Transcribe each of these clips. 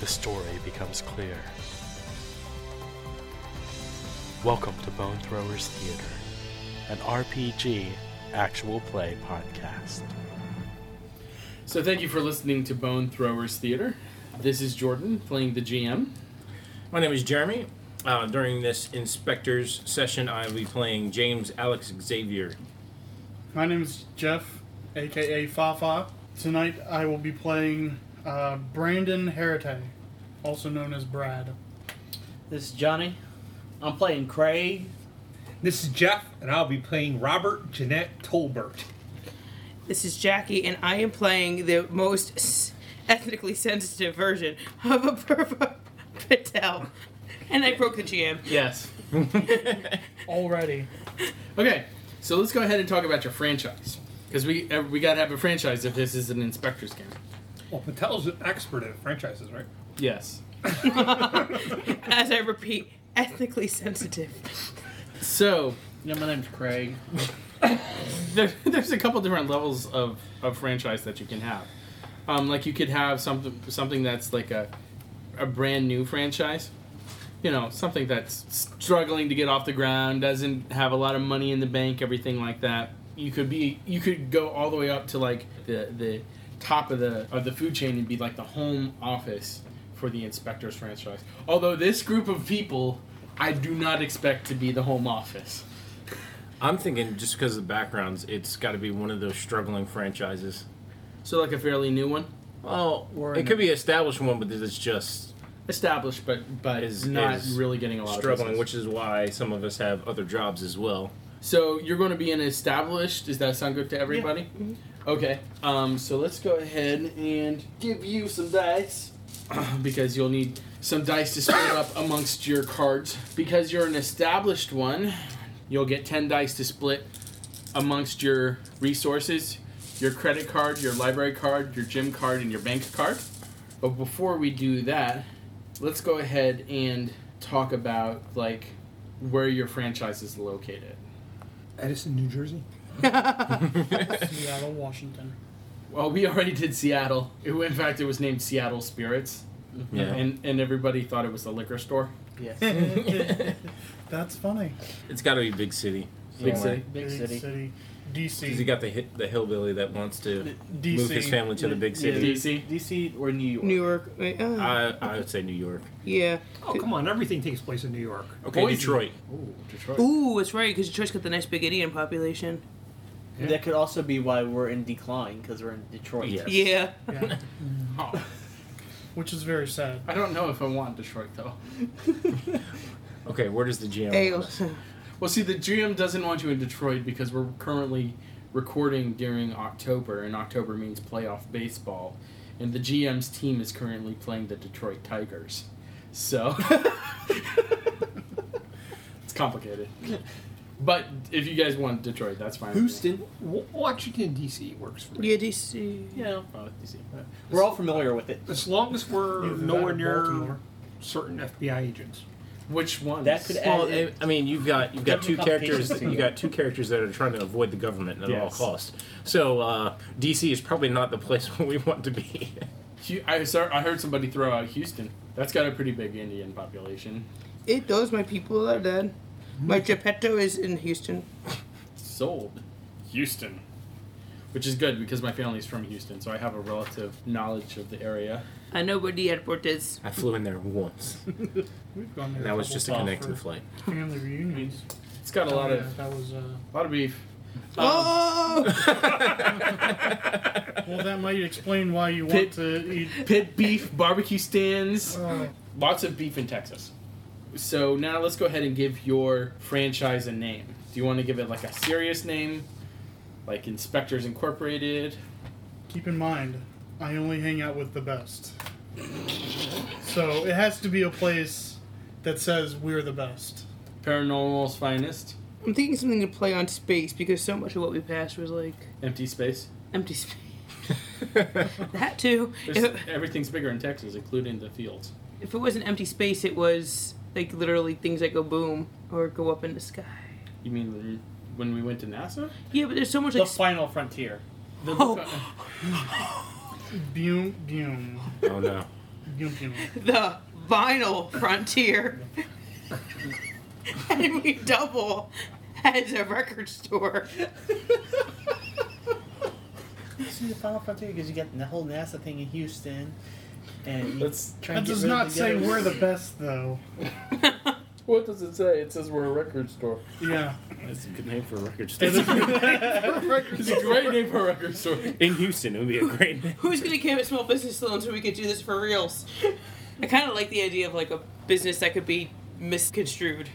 The story becomes clear. Welcome to Bone Throwers Theater, an RPG actual play podcast. So thank you for listening to Bone Throwers Theater. This is Jordan playing the GM. My name is Jeremy. Uh, during this inspector's session, I'll be playing James Alex Xavier. My name is Jeff, aka Fafa. Tonight I will be playing uh, Brandon Herite, also known as Brad. This is Johnny. I'm playing Craig. This is Jeff, and I'll be playing Robert Jeanette Tolbert. This is Jackie, and I am playing the most s- ethnically sensitive version of Apurva Patel. And I broke the GM. Yes. Already. Okay. So let's go ahead and talk about your franchise because we uh, we gotta have a franchise if this is an inspector's game. Well, Patel's an expert at franchises, right? Yes. As I repeat, ethnically sensitive. So Yeah, my name's Craig. there, there's a couple different levels of, of franchise that you can have. Um, like you could have something something that's like a a brand new franchise. You know, something that's struggling to get off the ground, doesn't have a lot of money in the bank, everything like that. You could be you could go all the way up to like the the top of the of the food chain and be like the home office for the inspector's franchise. Although this group of people I do not expect to be the home office. I'm thinking just because of the backgrounds, it's got to be one of those struggling franchises. So like a fairly new one. Well, We're it in could be established one, but it's just established, but but Is- not is really getting a lot struggling, of business. which is why some of us have other jobs as well. So you're going to be an established. Does that sound good to everybody? Okay. Um. So let's go ahead and give you some dice because you'll need some dice to split up amongst your cards. Because you're an established one, you'll get ten dice to split amongst your resources. Your credit card, your library card, your gym card, and your bank card. But before we do that, let's go ahead and talk about like where your franchise is located. Edison, New Jersey. Seattle, Washington. Well, we already did Seattle. It, in fact, it was named Seattle Spirits, Yeah. Mm-hmm. and and everybody thought it was a liquor store. Yes. That's funny. It's got to be big city. Big city. Big city. Because you DC. got the hi- the hillbilly that wants to DC. move his family to the big city. DC. DC or New York. New York. wait, uh, I, I would say New York. yeah. Oh, come on. Everything takes place in New York. Okay, Boise. Detroit. Detroit. Ooh, that's right, because Detroit's got the nice big Indian population. That could also be why we're in decline because we're in Detroit. Yes. Yeah. Yeah. Oh, Which is very sad. I don't know if I want Detroit though. Okay, where does the Oh. GM? want us? Ales. Well, see, the GM doesn't want you in Detroit because we're currently recording during October, and October means playoff baseball, and the GM's team is currently playing the Detroit Tigers. So it's complicated. But if you guys want Detroit, that's fine. with me. Houston, Wa- Washington, D.C. works for me. Yeah, DC. You know, well, you Uh, see. We're all familiar with it. As long as we're Either that nowhere or near Baltimore. certain FBI agents. Which one? That could Well, add. I I mean, you've got you've got two Government characters. complications. You got two characters that are trying to avoid the government at all Yes. costs. So uh, DC is probably not the place where we want to be. Hu- I saw, I heard somebody throw out Houston. That's got a pretty big Indian population. It does. My people are dead. My Geppetto is in Houston. sold Houston. Which is good because my family's from Houston, so I have a relative knowledge of the area. I know where the airport is. I flew in there once, We've gone there and that was couple just a times connecting for flight. Family reunions. It's got Oh, a lot of That was, uh, a lot of beef. Oh! well, that might explain why you Pit- want to eat. Um, Pit beef, barbecue stands, Uh, lots of beef in Texas. So now let's go ahead and give your franchise a name. Do you want to give it like a serious name, like Inspectors Incorporated? keep in mind, I only hang out with the best. So it has to be a place that says we're the best. Paranormal's finest. I'm thinking something to play on space because so much of what we passed was like Empty space. empty space. that too. There's- If, Everything's bigger in Texas, including the fields. if it wasn't empty space, it was like literally things that go boom or go up in the sky. You mean when- when we went to NASA? Yeah, but there's so much The like. sp- final frontier. The Oh. Boom, boom, Oh no. boom, boom. the vinyl frontier. and we double as a record store. This is the final frontier because you got the whole NASA thing in Houston, and you That's- try That and get does rid of not say together. we're the best, though. What does it say? It says we're a record store. Yeah. That's a good name for a record It is- store. It's a great name for a record store. In Houston, it would be a great name. Who's gonna give it small business loans so we could do this for reals? I kind of like the idea of like a business that could be misconstrued,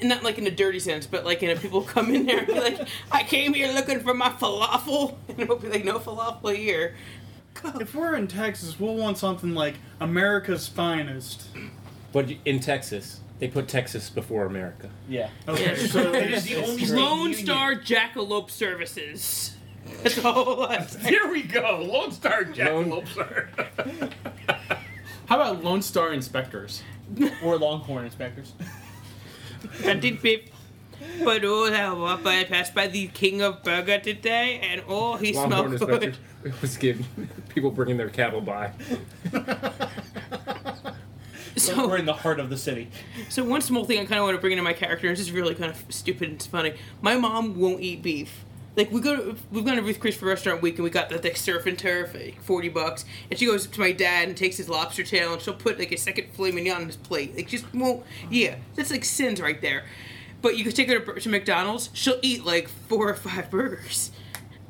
and not like in a dirty sense, but like in a people come in there and be like, "I came here looking for my falafel," and it'll be like, "No falafel here." If we're in Texas, we'll want something like America's finest. But in Texas, they put Texas before America. Yeah. Okay, Yeah. so It is the only state Lone union- Star Jackalope Services. That's all. I'm saying. Here we go. Lone Star Lone- Jackalope, sir. How about Lone Star Inspectors? Or Longhorn inspectors. I did pip. But oh, that whopper! I passed by the king of burger today, and oh, he Longhorn smelled good. inspectors was giving people bringing their cattle by. So we're in the heart of the city. So one small thing I kind of want to bring into my character, and this is really kind of stupid and funny. My mom won't eat beef. Like we go, to, we've gone to Ruth Chris for restaurant week, and we got the, the surf and turf, like forty bucks. And she goes up to my dad and takes his lobster tail, and she'll put like a second filet mignon on his plate. Like just won't. Yeah, that's like sins right there. But you could take her to, to McDonald's, she'll eat like four or five burgers.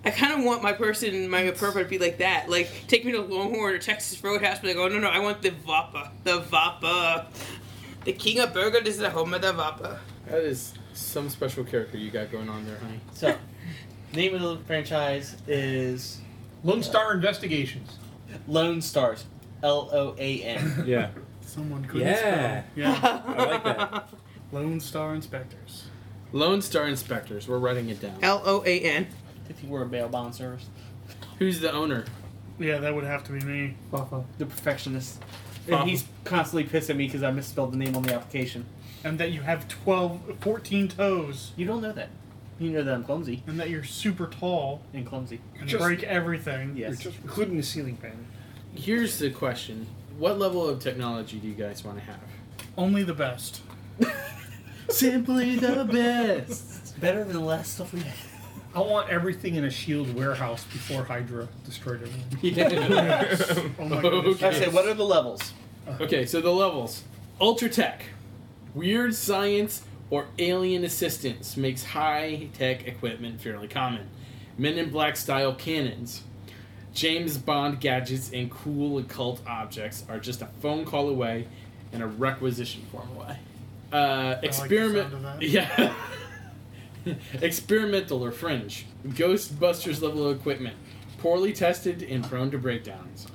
I kind of want my person, my appropriate to be like that. Like, take me to Longhorn or Texas Roadhouse, but like, oh no, no, I want the Vapa. The Vapa. The king of burgers is the home of the Vapa. That is some special character you got going on there, honey. So, name of the franchise is Lone Star Investigations. Lone Stars. L O A N. Yeah. someone couldn't Yeah. spell. Yeah. I like that. Lone Star Inspectors. Lone Star Inspectors. We're writing it down. L O A N. If you were a bail bond service, Who's the owner? Yeah, that would have to be me. the perfectionist, Papa. and he's constantly pissed at me because I misspelled the name on the application. And that you have 12, 14 toes. You don't know that. You know that I'm clumsy And that you're super tall and clumsy. and Just- break everything. Yes. including the ceiling fan. Here's the question: What level of technology do you guys want to have? Only the best. Simply the best. It's better than the last stuff we had. I want everything in a shield E warehouse before Hydra destroyed everything. Oh my goodness. I say, what are the levels? Okay, so the levels: Ultra Tech, Weird Science, or Alien Assistance makes high-tech equipment fairly common. Men in Black style cannons, James Bond gadgets, and cool occult objects are just a phone call away and a requisition form away. Uh, the experiment, sound of that. yeah. Experimental or fringe, Ghostbusters level equipment, poorly tested and prone to breakdowns.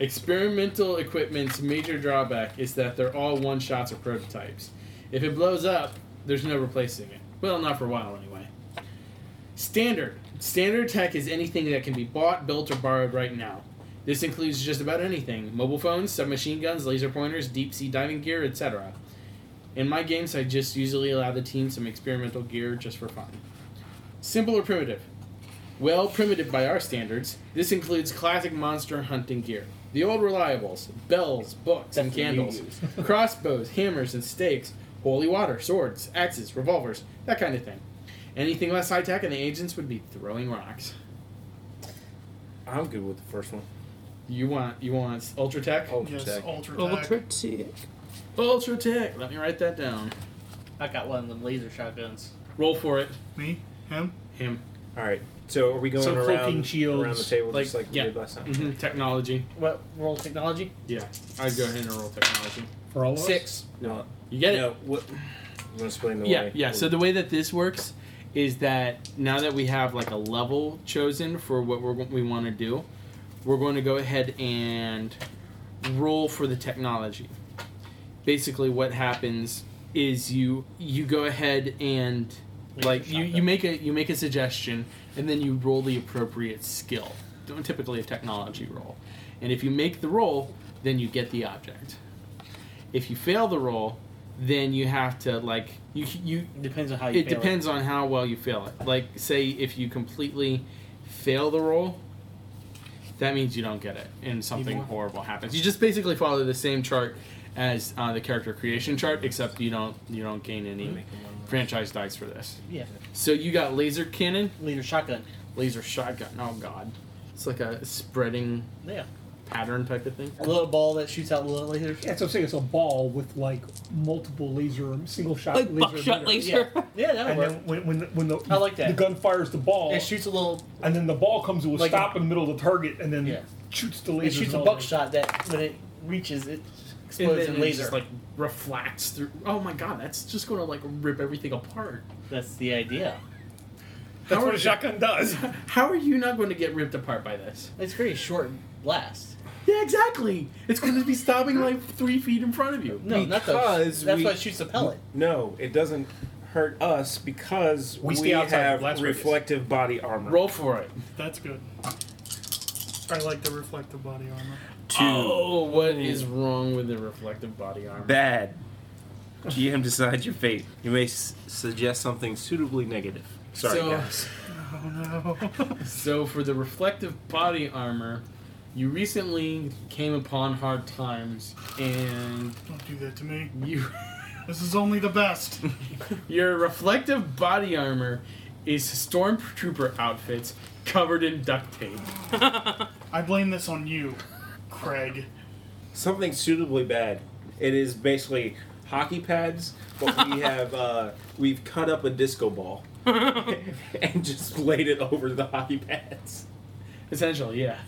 Experimental equipment's major drawback is that they're all one shots or prototypes. If it blows up, there's no replacing it. Well, not for a while anyway. Standard. Standard tech is anything that can be bought, built, or borrowed right now. This includes just about anything mobile phones, submachine guns, laser pointers, deep sea diving gear, etc. In my games, I just usually allow the team some experimental gear just for fun. Simple or primitive? Well, primitive by our standards, this includes classic monster hunting gear. The old reliables bells, books, and That's what you candles, crossbows, hammers, and stakes, holy water, swords, axes, revolvers, that kind of thing. Anything less high tech, and the agents would be throwing rocks. I'm good with the first one. You want you want ultra tech? Oh. Yes, ultra Ultra tech. tick. Ultra tech. Let me write that down. I got one of them laser shotguns. Roll for it. Me? Him? Him. All right. So are we going So cloaking around, shields, around the table just like- like we yeah. did last time? hmm Technology. What world technology? Yeah, I'd go ahead and roll technology. For all of us? Six. No. You get it. No. What? You want to explain the yeah way? yeah so the way that this works is that now that we have like a level chosen for what we're, we want to do we're going to go ahead and roll for the technology basically what happens is you you go ahead and Make like a you, you shotgun. make a you make a suggestion and then you roll the appropriate skill don't typically a technology roll and if you make the roll then you get the object if you fail the roll then you have to like you you It depends on how you it fail depends on how well you fail it like say if you completely fail the roll that means you don't get it and something more. horrible happens you just basically follow the same chart as uh, the character creation chart except you don't you don't gain any franchise dice for this Yeah. so you got laser cannon Leader shotgun. laser shotgun oh god it's like a spreading Yeah. pattern type of thing A little ball that shoots out little lasers. That's what I'm saying. It's a ball with like multiple laser, single shot Like laser. buckshot emitter. laser. Yeah, that'll And work. then when, when, the- when the I like that. the gun fires the ball, It shoots a little. and then the ball comes to a Like stop in the middle of the target, and then Yeah. shoots the laser. It shoots a buckshot that when it reaches, it and explodes then in it laser. just like reflects through oh my god that's just gonna like rip everything apart That's the idea. That's How what are- a shotgun does. How are you not going to get ripped apart by this? It's very short blast. Yeah, exactly. It's going to be stopping like three feet in front of you. No, not those. Because That's we- why it shoots the pellet. No, it doesn't hurt us because We we, stay outside of have Las Vegas. reflective body armor. Roll for it. That's good. I like the reflective body armor. Two. Oh, what is wrong with the reflective body armor? Bad. GM decides your fate. You may s- suggest something suitably negative. Sorry, So- guys. Oh no. So for the reflective body armor, you recently came upon hard times, and Don't do that to me. you This is only the best. your reflective body armor is stormtrooper outfits covered in duct tape. I blame this on you, Craig. Something suitably bad. It is basically hockey pads, but we have uh, we've cut up a disco ball and just laid it over the hockey pads. Essentially, yeah.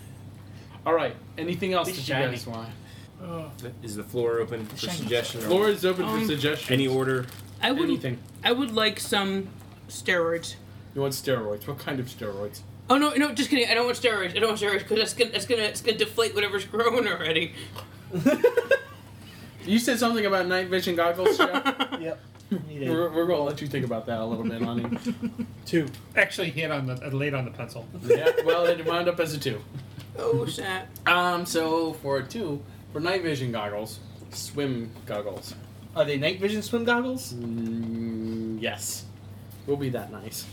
All right. Anything else It's that you shiny. guys want? Oh, Is the floor open for suggestion? Floor is open for Um, suggestions. Any order? I would. Anything. I would like some steroids. You want steroids? What kind of steroids? Oh no, no, just kidding. I don't want steroids. I don't want steroids because that's gonna, that's gonna, it's gonna deflate whatever's growing already. You said something about night vision goggles. Jeff? Yep. Need it. we're, we're gonna let you think about that a little bit, honey. Two. Actually, hit on the uh, laid on the pencil. yeah. Well, it wound up as a two. oh snap! Um. So for a two, for night vision goggles, swim goggles. Are they night vision swim goggles? Mm, yes. Will be that nice.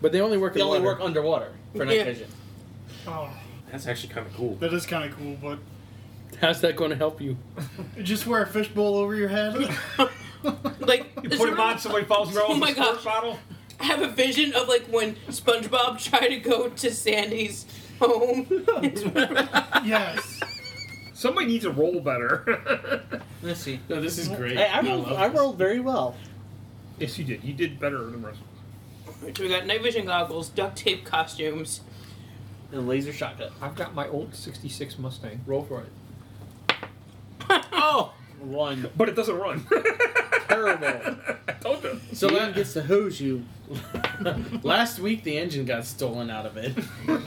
But they only work. They in only water. work underwater for night Yeah. vision. oh, That's actually kind of cool. that is kind of cool, but How's that going to help you? just wear a fishbowl over your head. Like You is put there- him on, somebody falls in Oh oh my my gosh. bottle. I have a vision of like when SpongeBob tried to go to Sandy's home. yes. Somebody needs to roll better. Let's see. No, this is great. I, I, rolled, love I this. rolled very well. yes, you did. You did better than the rest. so we got night vision goggles, duct tape costumes. The laser shotgun. I've got my old '66 Mustang, Roll for it. oh, One. but it doesn't run. Terrible. I told you. So So la- that gets to hose you. last week the engine got stolen out of it.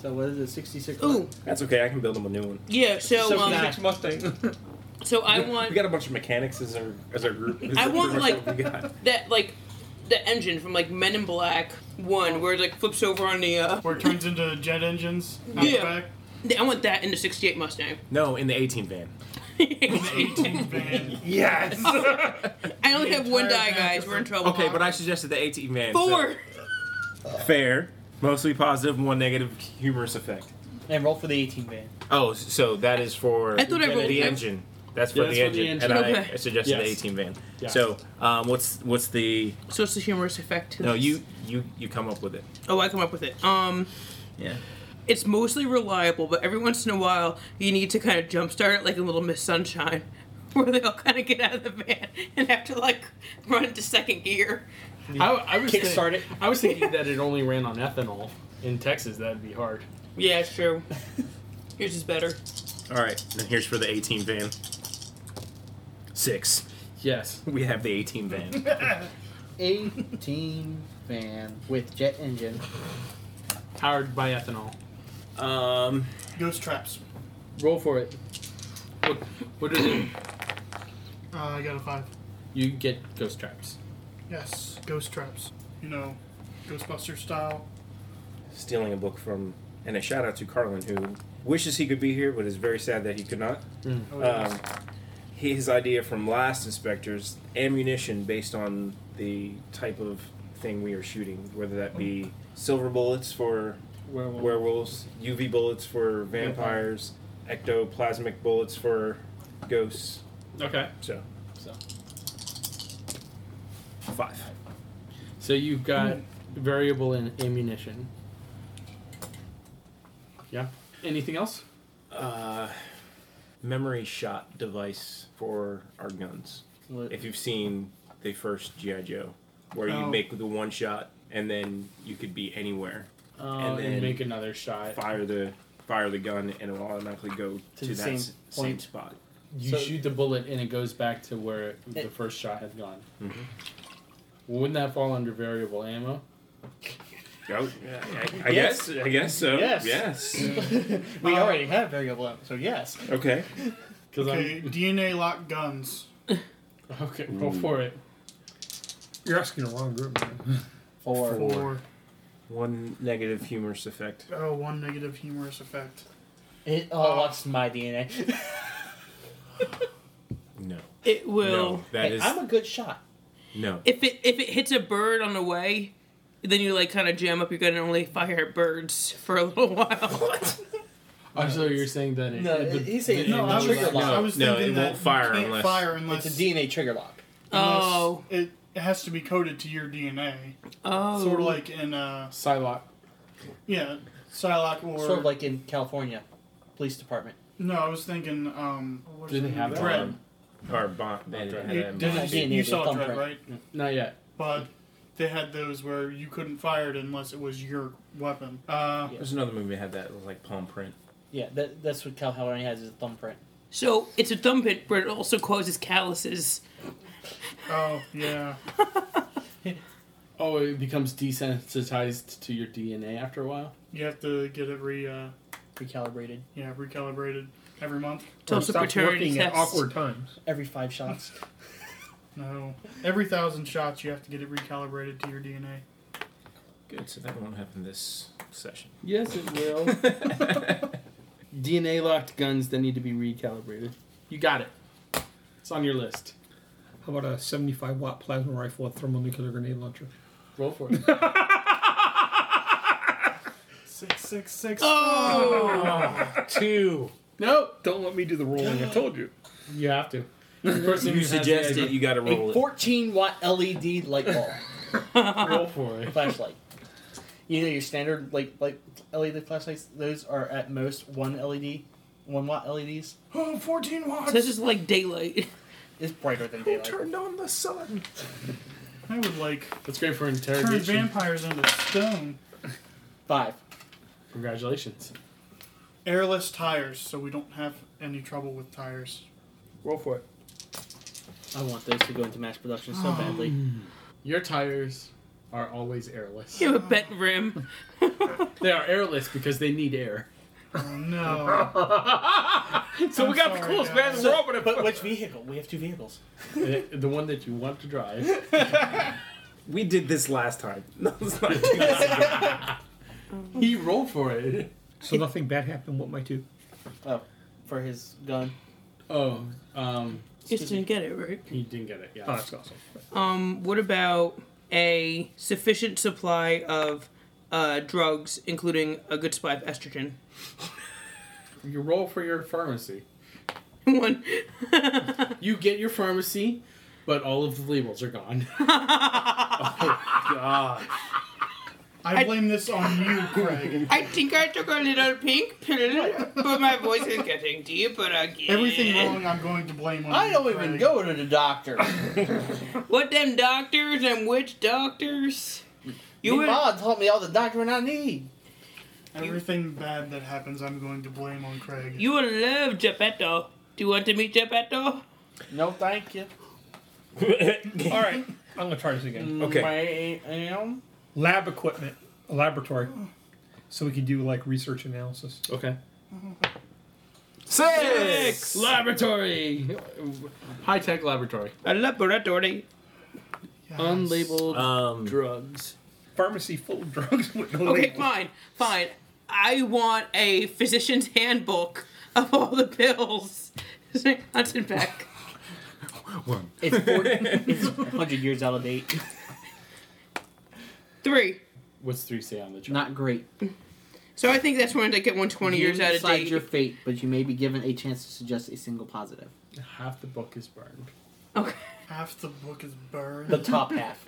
So what is it? Sixty-six. ooh, That's okay. I can build them a new one. yeah. So um, '66 Mustang. so I want We got a bunch of mechanics as our as our group. I want, That's like- what we got. that like the engine from like Men in Black One, where it like flips over on the. Uh, Where it turns into jet engines out Yeah. the back. I want that in the '68 Mustang. No, in the 18 van. Van. yes. I only have one die, entire guys. We're in trouble. Okay, but I suggested the 18 man. so- four. fair. Mostly positive, one negative, humorous effect. And roll for the eighteen band. Oh, so that is for I thought I rolled the that. engine. That's for, Yeah, the, that's for the engine, engine. and Okay. I suggested the Yes. 18 van. Yeah. So, um, what's what's the? So it's the humorous effect. to No, this. you you you come up with it. Oh, I come up with it. Um, Yeah. it's mostly reliable, but every once in a while you need to kind of jumpstart it, like in Little Miss Sunshine, where they all kind of get out of the van and have to like run into second gear. I, I was thinking- Kickstart it. I was thinking that it only ran on ethanol. In Texas, that'd be hard. Yeah, it's true. Yours is better. All right, and here's for the 18 van. Six. Yes. We have the 18 van. Eighteen fan with jet engine. Powered by ethanol. um, Ghost traps. Roll for it. What, what is it? Uh, I got a five. You get ghost traps. Yes, ghost traps. You know, Ghostbuster style. Stealing a book from, and a shout out to Carlin, who wishes he could be here, but is very sad that he could not. Hmm. Oh, yeah. Um, his idea from last inspectors ammunition based on the type of thing we are shooting, whether that be silver bullets for Werewolf. werewolves, UV bullets for vampires, ectoplasmic bullets for ghosts. Okay. So So, five. so you've got variable in ammunition. Yeah. Anything else? Uh, memory shot device for our guns. If you've seen the first GI Joe, where you Oh. make the one shot and then you could be anywhere, Uh, and then- make another shot. fire the fire the gun, and it'll automatically go to, the that same s- same point. spot. You So- shoot the bullet and it goes back to where the It- Mm-hmm. first shot had gone. Wouldn't that fall under variable Uh, ammo? Go. Oh, Yeah, I, I guess. I guess so. Yes. Yes. we Uh, already have variable ammo, so yes. Okay. Because Okay, DNA lock guns. I'm okay. Roll for it. You're asking the wrong group, man. Or Four. Or One negative humorous effect. oh, one negative humorous effect. it all lost my DNA. No. It will. No. That Hey, is I'm a good shot. no. If it if it hits a bird on the way, then you like kind of jam up. You're gonna only fire at birds for a little while. Also, Oh, you're saying that it, No, the- he's saying- the- No, I was, trigger lock. I was No, thinking it that won't fire you can't unless- fire unless It's a DNA trigger lock. unless oh, It it has to be coded to your DNA, oh. sort of like in uh Psylocke. yeah Psylocke or Sort of like in California police department. no, I was thinking um what Did is they it? have that? Dread. Um, Or bond. They Not had Dread. You, that in did- mind. DNA, you they saw Dread thumbprint. right, Not yet. but they had those where you couldn't fire it unless it was your weapon. Uh, There's another movie that had that. It was like palm print. Yeah, that, that's what California has is a thumbprint. So it's a thumbprint, but it also causes calluses. oh yeah, Oh, it becomes desensitized to your DNA after a while. you have to get it re uh, Recalibrated yeah recalibrated every month. It's also Stop paternity working at tests. awkward times. every five shots. No, every thousand shots you have to get it recalibrated to your DNA. Good. So that won't happen this session. Yes, it will. DNA locked guns that need to be recalibrated. You got it. It's on your list. How about a 75 watt plasma rifle, a thermonuclear grenade launcher? Roll for it. Six six six. Two. no, Don't let me do the rolling. I told you. you have to. The person who You has the suggest it. idea, You got to roll A it. 14 watt LED light bulb roll for it. flashlight. You know your standard like like LED E flashlights. Those are at most one LED, one watt E LEDs. Oh, 14 watts. So this is like daylight. It's brighter than daylight. on the sun. I would like That's great for turn interrogation. vampires into stone. Five. Congratulations. Airless tires, so we don't have any trouble with tires. Roll for it. I want those to go into mass production so badly. Your tires are always airless. You have a bent rim. They are airless because they need air. Oh no! So I'm we got the sorry, coolest guys. man in the world, but But which vehicle? We have two vehicles. the- the one that you want to drive. We did this last time. No, it's not. do that. He rolled for it. So nothing bad happened with my two. Oh, for his gun. Oh, um, Just didn't get it right. he didn't get it. Yeah. Oh, that's awesome. Um, what about a sufficient supply of uh, drugs, including a good supply of estrogen? You roll for your pharmacy. One. You get your pharmacy, but all of the labels are gone. Oh, I blame this on you, Craig. I think I took a little pink pill, but my voice is getting deeper again. Everything wrong, I'm going to blame on I you, don't even Craig. go to the doctor. What them doctors and witch doctors? You Your would- mom taught me all the doctoring I need. Everything bad that happens, I'm going to blame on Craig. you would love Geppetto. Do you want to meet Geppetto? No, thank you. All right. I'm going to try this again. okay. I am. Lab equipment, a laboratory. So we can do like research analysis. okay. Six! Laboratory! High tech laboratory. A laboratory. Unlabeled Um, drugs. Pharmacy full of drugs with Oh, no Okay, label. fine, fine. I want a physician's handbook of all the pills. Hudson Beck. It's, 40, it's 100 years out of date. Three. What's three say on the chart? Not great. So I think that's when I get 120 years you out of decide date. your fate, but you may be given a chance to suggest a single positive. Half the book is burned. Okay. Half the book is burned. The top half.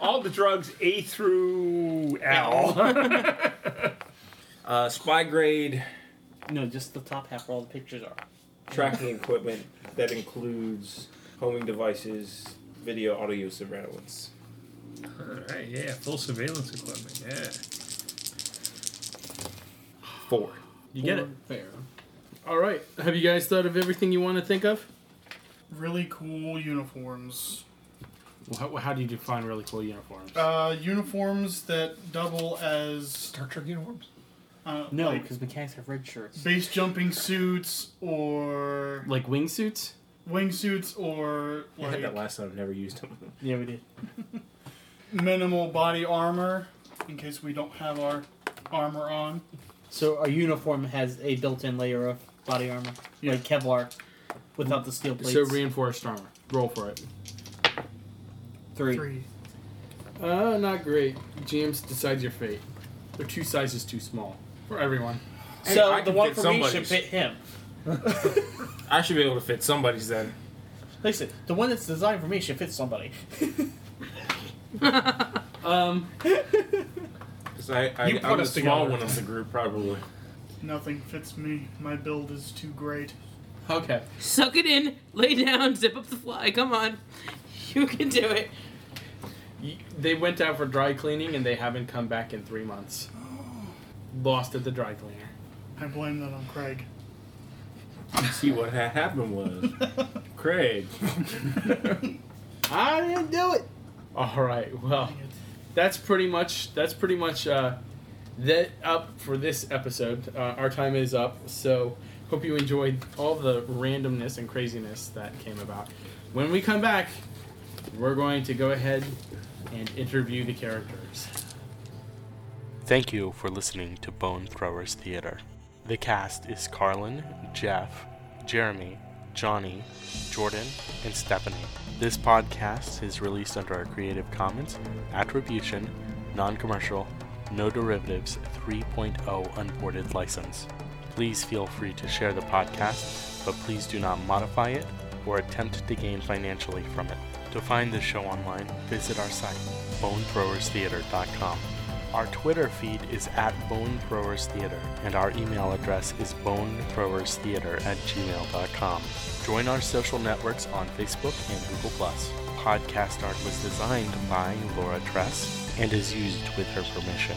All the drugs A through L. Uh, spy grade No, just the top half where all the pictures are. tracking equipment that includes homing devices, video, audio surveillance. Alright, yeah, full surveillance equipment, yeah. Four. You get it. Fair. All right. Have you guys thought of everything you want to think of? Really cool uniforms. How, how do you define really cool uniforms? Uh, uniforms that double as Star Trek uniforms? uh, No, like because mechanics have red shirts. base jumping suits or like wingsuits? wingsuits or I had that like last time. I've never used them. Yeah, we did. minimal body armor in case we don't have our armor on. So our uniform has a built-in layer of body armor, Yeah. like Kevlar, without the steel plates. So reinforced armor. Roll for it. three. Three. Uh, not great. James decides your fate. They're two sizes too small for everyone. So Hey, I the can one fit for me should somebody's. fit him. I should be able to fit somebody's then. Listen, the one that's designed for me should fit somebody. Um, Because I, I, You I'm put the us small together. one of the group, probably. Nothing fits me. My build is too great. okay. Suck it in, lay down, zip up the fly. Come on. You can do it. Y- They went out for dry cleaning and they haven't come back in three months. Oh. Lost at the dry cleaner. I blame that on Craig. See what had happened was. Craig. I didn't do it. All right. Well, that's pretty much that's pretty much uh, that up for this episode. Uh, our time is up. So hope you enjoyed all the randomness and craziness that came about. When we come back, we're going to go ahead and interview the characters. Thank you for listening to Bone Throwers Theater. The cast is Carlin, Jeff, Jeremy, Johnny, Jordan, and Stephanie. This podcast is released under our Creative Commons Attribution, Non Commercial, No Derivatives 3.0 Unported License. Please feel free to share the podcast, but please do not modify it or attempt to gain financially from it. To find the show online, visit our site, bonethrowerstheater.com. Our Twitter feed is at Bone Throwers Theater, and our email address is bonethrowerstheater at gmail.com. Join our social networks on Facebook and Google+. Podcast art was designed by Laura Tress and is used with her permission.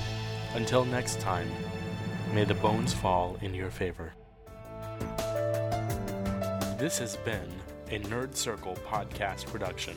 Until next time, may the bones fall in your favor. This has been a Nerd Circle podcast production.